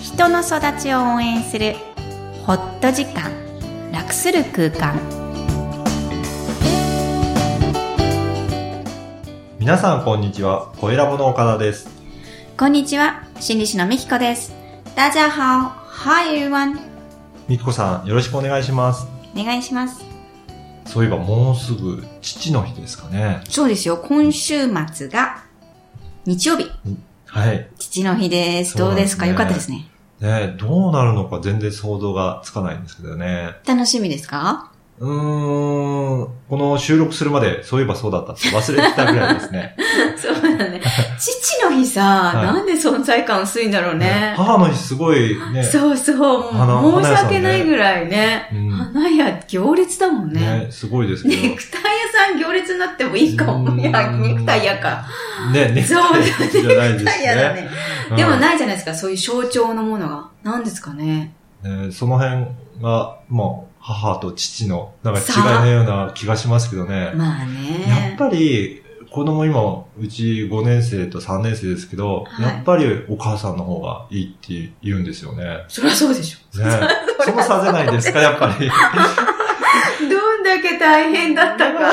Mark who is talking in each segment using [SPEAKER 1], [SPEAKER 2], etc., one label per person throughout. [SPEAKER 1] 人の育ちを応援するホット時間楽する空間
[SPEAKER 2] 皆さんこんにちは声ラボの岡田です
[SPEAKER 1] こんにちは心理師のみきこです大家好 Hi everyone
[SPEAKER 2] みきこさんよろしくお願いします
[SPEAKER 1] お願いします
[SPEAKER 2] そういえばもうすぐ父の日ですかね
[SPEAKER 1] そうですよ今週末が日曜日
[SPEAKER 2] はい
[SPEAKER 1] 父の日ですどうですか
[SPEAKER 2] そうで
[SPEAKER 1] よ
[SPEAKER 2] すね
[SPEAKER 1] かったですね
[SPEAKER 2] ねどうなるのか全然想像がつかないんですけどね
[SPEAKER 1] 楽しみですか
[SPEAKER 2] うーんこの収録するまでそういえばそうだったって忘れてたぐらいですね
[SPEAKER 1] そうだね父の日さ、
[SPEAKER 2] はい
[SPEAKER 1] なんで存在感薄いんだろう ね
[SPEAKER 2] 母の日すごいね
[SPEAKER 1] そうそう
[SPEAKER 2] 花
[SPEAKER 1] もう申し訳ないぐらいね
[SPEAKER 2] うん
[SPEAKER 1] 花屋行列だもんね
[SPEAKER 2] ねすごいですけど
[SPEAKER 1] ネクタイ屋さん行列になってもいいか
[SPEAKER 2] うん
[SPEAKER 1] も。いや、ネクタイ嫌か。
[SPEAKER 2] ねネクタイじゃないで
[SPEAKER 1] ネ
[SPEAKER 2] す
[SPEAKER 1] クタイ嫌だ
[SPEAKER 2] ね
[SPEAKER 1] ね。
[SPEAKER 2] うん
[SPEAKER 1] でもないじゃないですか、そういう象徴のものが。なんですかね。
[SPEAKER 2] ねその辺がもう母と父のなんか違いのような気がしますけどね
[SPEAKER 1] まあ
[SPEAKER 2] やっ
[SPEAKER 1] ね。
[SPEAKER 2] ぱり、子供今、うち5年生と3年生ですけど、
[SPEAKER 1] はい
[SPEAKER 2] やっぱりお母さんの方がいいって言うんですよ ね。
[SPEAKER 1] そりゃそうでしょ。
[SPEAKER 2] ねその差じゃないですか、や っぱり。
[SPEAKER 1] どんだけ大変だったか。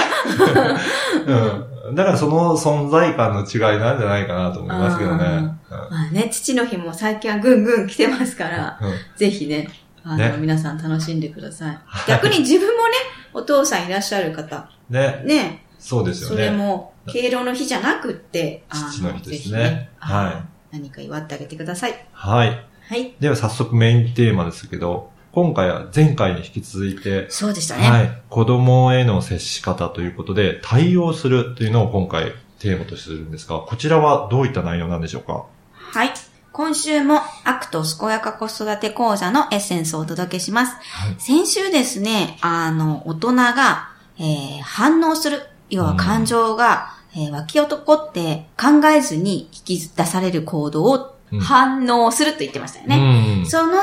[SPEAKER 2] うん。だからその存在感の違いなんじゃないかなと思いますけどね。
[SPEAKER 1] まあね、父の日も最近はぐんぐん来てますから、
[SPEAKER 2] うんうん
[SPEAKER 1] ぜひね、あの、
[SPEAKER 2] ね
[SPEAKER 1] 皆さん楽しんでください。逆に自分もね、お父さんいらっしゃる方、
[SPEAKER 2] ね、
[SPEAKER 1] ね、
[SPEAKER 2] そうですよ
[SPEAKER 1] それ
[SPEAKER 2] ね。
[SPEAKER 1] も、敬老の日じゃなくって、あ
[SPEAKER 2] 父の日です
[SPEAKER 1] ぜひ
[SPEAKER 2] ねは
[SPEAKER 1] 何か祝ってあげてください。
[SPEAKER 2] はい。
[SPEAKER 1] はい。
[SPEAKER 2] では早速メインテーマですけど、今回は前回に引き続いて、
[SPEAKER 1] そうでしたね。
[SPEAKER 2] はい。子供への接し方ということで、対応するというのを今回テーマとしてするんですが、こちらはどういった内容なんでしょうか
[SPEAKER 1] はい。今週も、アクト健やか子育て講座のエッセンスをお届けします。
[SPEAKER 2] はい
[SPEAKER 1] 先週ですね、あの、大人が、えー反応する、要は感情が、えー湧き起こって考えずに引き出される行動を
[SPEAKER 2] うん
[SPEAKER 1] 反応すると言ってましたよね。
[SPEAKER 2] ね
[SPEAKER 1] その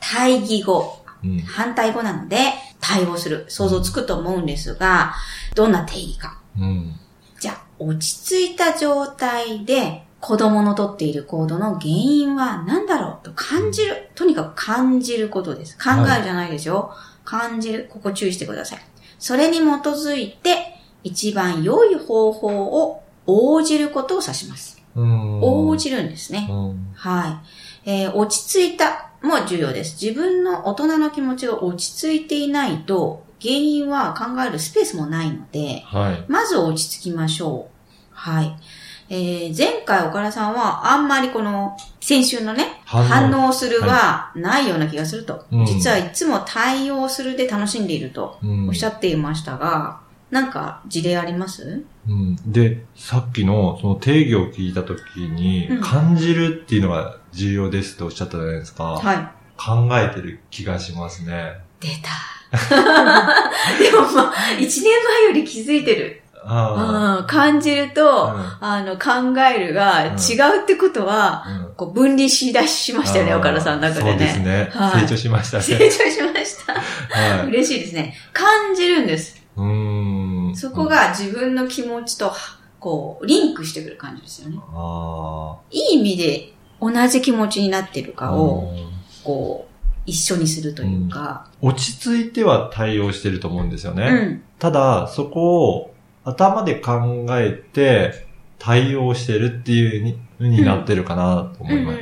[SPEAKER 1] 対義語、
[SPEAKER 2] うん。
[SPEAKER 1] 反対語なので、対応する、想像つくと思うんですが、どんな定義か。
[SPEAKER 2] うん。
[SPEAKER 1] じゃあ、落ち着いた状態で、子供のとっている行動の原因は何だろうと感じる。とにかく感じることです。考えるじゃないですよ。感じる。ここ注意してください。それに基づいて、一番良い方法を応じることを指します。
[SPEAKER 2] うん。
[SPEAKER 1] 応じるんですね。
[SPEAKER 2] うん。
[SPEAKER 1] はい。えー落ち着いたも重要です。自分の大人の気持ちが落ち着いていないと、原因は考えるスペースもないので、
[SPEAKER 2] はい。
[SPEAKER 1] まず落ち着きましょう。はい。えー前回岡田さんはあんまりこの先週のね、反応するはないような気がすると。
[SPEAKER 2] うん
[SPEAKER 1] 実はいつも対応するで楽しんでいると
[SPEAKER 2] うん
[SPEAKER 1] おっしゃっていましたが、なんか事例あります
[SPEAKER 2] うん。で、さっきのその定義を聞いたときに
[SPEAKER 1] うん、
[SPEAKER 2] 感じるっていうのが重要ですとおっしゃったじゃないですか。
[SPEAKER 1] はい。
[SPEAKER 2] 考えてる気がしますね。
[SPEAKER 1] 出た。 でもまあ、一年前より気づいてる。
[SPEAKER 2] あ
[SPEAKER 1] うん、感じる
[SPEAKER 2] あ。
[SPEAKER 1] と、
[SPEAKER 2] う
[SPEAKER 1] あの、考えるが
[SPEAKER 2] うん
[SPEAKER 1] 違うってことは、
[SPEAKER 2] んうん
[SPEAKER 1] こう、分離しだしましたよね、
[SPEAKER 2] あー
[SPEAKER 1] 岡田さんの中で
[SPEAKER 2] そうです
[SPEAKER 1] ね。
[SPEAKER 2] ね。
[SPEAKER 1] はい
[SPEAKER 2] 成長しました
[SPEAKER 1] 成
[SPEAKER 2] ね。
[SPEAKER 1] 長しました。
[SPEAKER 2] はい。
[SPEAKER 1] 嬉しいですね。感じるんです。
[SPEAKER 2] うーん。
[SPEAKER 1] そこが自分の気持ちと、こう、リンクしてくる感じですよね。
[SPEAKER 2] あ
[SPEAKER 1] いい意味で、同じ気持ちになってる
[SPEAKER 2] あ
[SPEAKER 1] かを、こう、一緒にするというか。
[SPEAKER 2] 落ち着いては対応してると思うんですよね。
[SPEAKER 1] うん。
[SPEAKER 2] ただ、そこを頭で考えて対応してるっていうにになってるかなと
[SPEAKER 1] うん
[SPEAKER 2] 思
[SPEAKER 1] う
[SPEAKER 2] い
[SPEAKER 1] ん
[SPEAKER 2] ます。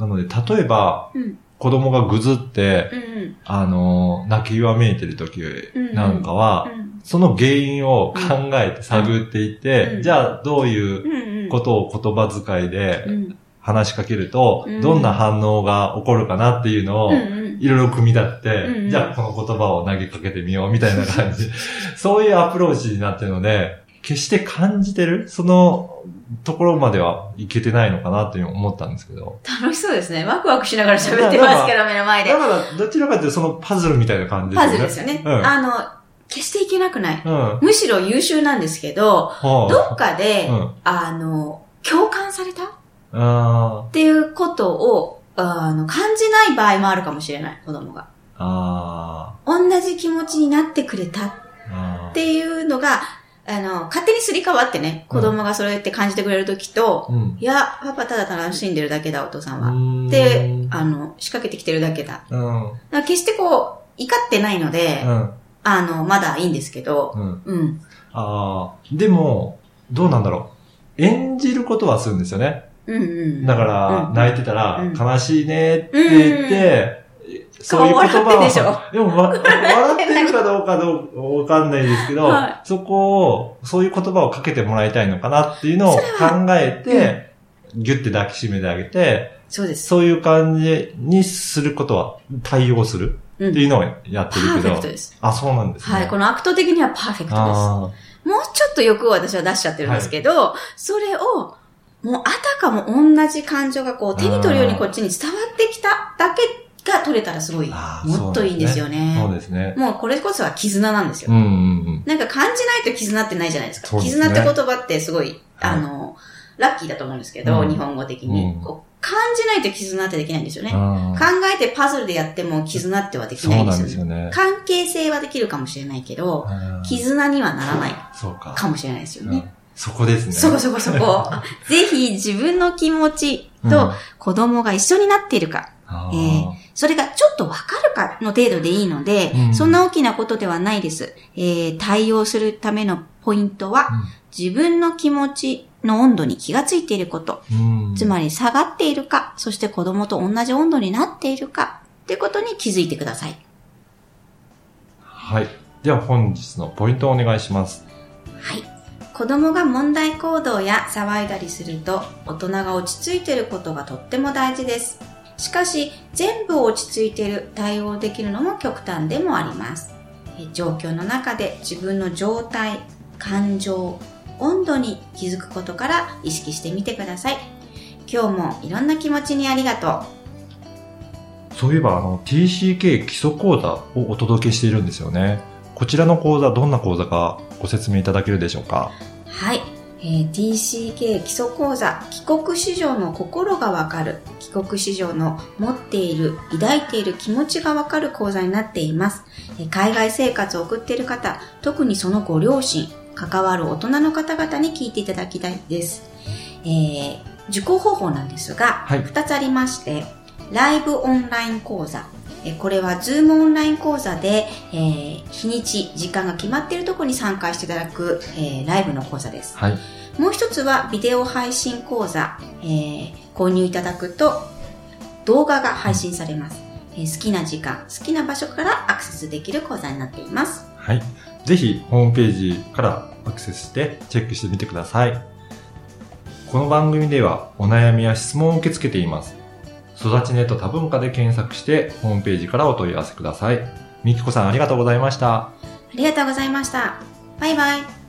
[SPEAKER 2] なので、例えば、
[SPEAKER 1] うん
[SPEAKER 2] 子供がぐずって、
[SPEAKER 1] うん。うん
[SPEAKER 2] あのー泣きわめいてる時
[SPEAKER 1] うん
[SPEAKER 2] なんかは、
[SPEAKER 1] うん。
[SPEAKER 2] その原因を考えて探っていって、
[SPEAKER 1] うん
[SPEAKER 2] じゃあどういう
[SPEAKER 1] うんうん。
[SPEAKER 2] ことを言葉遣いで
[SPEAKER 1] うん
[SPEAKER 2] 話しかけると、
[SPEAKER 1] うん
[SPEAKER 2] どんな反応が起こるかなっていうのを、
[SPEAKER 1] うんうん。
[SPEAKER 2] いろいろ組み立てて、
[SPEAKER 1] うんうん
[SPEAKER 2] じゃあこの言葉を投げかけてみようみたいな感じ。 そういうアプローチになってるので、決して感じてるそのところまではいけてないのかなって思ったんですけど。
[SPEAKER 1] 楽しそうですね。ワクワクしながら喋ってますけど、目の前で。
[SPEAKER 2] だから、どちらかというとそのパズルみたいな感じです
[SPEAKER 1] パ
[SPEAKER 2] よね。
[SPEAKER 1] ズルですよね。
[SPEAKER 2] うん
[SPEAKER 1] あの、決していけなくない。
[SPEAKER 2] うん。は
[SPEAKER 1] むしろ優秀なんですけど、
[SPEAKER 2] あ
[SPEAKER 1] どっかで、
[SPEAKER 2] うん
[SPEAKER 1] あの、共感されたっ
[SPEAKER 2] あ
[SPEAKER 1] ていうことを、あの、感じない場合もあるかもしれない、子供が。
[SPEAKER 2] ーあ
[SPEAKER 1] 同じ気持ちになってくれたっ
[SPEAKER 2] ーあー
[SPEAKER 1] ていうのが、あの、勝手にすり替わってね、子供がそれって感じてくれるときと、
[SPEAKER 2] うん。
[SPEAKER 1] いや、パパただ楽しんでるだけだ、お父さんは。
[SPEAKER 2] うん
[SPEAKER 1] で、あの、仕掛けてきてるだけだ。だか
[SPEAKER 2] うん。うん。
[SPEAKER 1] ら決してこう、怒ってないので、
[SPEAKER 2] うん。
[SPEAKER 1] あの、まだいいんですけど、
[SPEAKER 2] あ
[SPEAKER 1] うん。
[SPEAKER 2] あー。でも、どうなんだろう。演じることはするんですよね。
[SPEAKER 1] うんうん。
[SPEAKER 2] だから、
[SPEAKER 1] うん
[SPEAKER 2] 泣いてたら、
[SPEAKER 1] うん
[SPEAKER 2] 悲しいねって言って、そういう言葉
[SPEAKER 1] 顔笑ってんでしょ
[SPEAKER 2] は、 でも、わ笑ってるかどうかどうかわかんないですけど、
[SPEAKER 1] は
[SPEAKER 2] そこを、そういう言葉をかけてもらいたいのかなっていうのを考えて、ギュッて抱きしめてあげて、
[SPEAKER 1] そうです。
[SPEAKER 2] そういう感じにすることは、対応する
[SPEAKER 1] う
[SPEAKER 2] っ
[SPEAKER 1] ん。
[SPEAKER 2] ていうのをやって
[SPEAKER 1] パ
[SPEAKER 2] る
[SPEAKER 1] ー
[SPEAKER 2] け
[SPEAKER 1] フェ
[SPEAKER 2] ど
[SPEAKER 1] クト、です。
[SPEAKER 2] あ、そうなんですね。
[SPEAKER 1] はい。このアクト的にはパーフェクトです。
[SPEAKER 2] あ
[SPEAKER 1] もうちょっと欲を私は出しちゃってるんですけど、それを、もうあたかも同じ感情がこう手に取るようにこっちに伝わってきただけが取れたらすごい、
[SPEAKER 2] あー
[SPEAKER 1] もっといいんですよ
[SPEAKER 2] ー
[SPEAKER 1] ね。
[SPEAKER 2] そうですね。
[SPEAKER 1] もうこれこそは絆なんですよ。
[SPEAKER 2] うんうんうん。
[SPEAKER 1] なんか感じないと絆ってないじゃないですか。
[SPEAKER 2] そうですね
[SPEAKER 1] 絆って言葉ってすごい、
[SPEAKER 2] はい
[SPEAKER 1] あの、ラッキーだと思うんですけど、
[SPEAKER 2] うん
[SPEAKER 1] 日本語的に、
[SPEAKER 2] うん
[SPEAKER 1] こう感じないと絆ってできないんですよね。考
[SPEAKER 2] あー
[SPEAKER 1] えてパズルでやっても絆ってはでき
[SPEAKER 2] そ
[SPEAKER 1] ない
[SPEAKER 2] うん
[SPEAKER 1] で
[SPEAKER 2] な
[SPEAKER 1] すよ
[SPEAKER 2] ん
[SPEAKER 1] ね
[SPEAKER 2] です。よね。
[SPEAKER 1] 関係性はできるかもしれないけど、
[SPEAKER 2] うん
[SPEAKER 1] 絆にはならない
[SPEAKER 2] そうか。
[SPEAKER 1] かもしれないですよ
[SPEAKER 2] う
[SPEAKER 1] ね。
[SPEAKER 2] んそこですね。
[SPEAKER 1] そこそこそ こ。ぜひ自分の気持ち
[SPEAKER 2] うん
[SPEAKER 1] と子供が一緒になっているか、
[SPEAKER 2] あー
[SPEAKER 1] えそれがちょっとわかるかの程度でいいので、
[SPEAKER 2] うん
[SPEAKER 1] そんな大きなことではないです、えー対応するためのポイントは、自分の気持ちの温度に気がついていること、
[SPEAKER 2] うん
[SPEAKER 1] つまり下がっているか、そして子供と同じ温度になっているか、ということに気づいてください。
[SPEAKER 2] はい。では本日のポイントをお願いします。
[SPEAKER 1] はい。子供が問題行動や騒いだりすると大人が落ち着いていることがとっても大事です。しかし全部落ち着いている対応できるのも極端でもあります。え状況の中で自分の状態、感情、温度に気づくことから意識してみてください。今日もいろんな気持ちにありがとう。
[SPEAKER 2] そういえば、あの、TCK 基礎講座をお届けしているんですよね。こちらの講座、どんな講座かご説明いただけるでしょうか
[SPEAKER 1] はい、えー TCK 基礎講座帰国子女の心がわかる帰国子女の持っている抱いている気持ちがわかる講座になっています、えー海外生活を送っている方特にそのご両親関わる大人の方々に聞いていただきたいです、えー受講方法なんですが
[SPEAKER 2] はい。
[SPEAKER 1] 2つありましてライブオンライン講座えーこれは Zoom オンライン講座で、えー日にち、時間が決まっているところに参加していただく、えーライブの講座です。
[SPEAKER 2] はい。
[SPEAKER 1] もう一つはビデオ配信講座、えー購入いただくと動画が配信されます、えー好きな時間、好きな場所からアクセスできる講座になっています。
[SPEAKER 2] はい。ぜひ、ホームページからアクセスしてチェックしてみてください。この番組では、お悩みや質問を受け付けています。育ちネット多文化で検索して、ホームページからお問い合わせください。みきこさん、ありがとうございました。
[SPEAKER 1] ありがとうございました。バイバイ。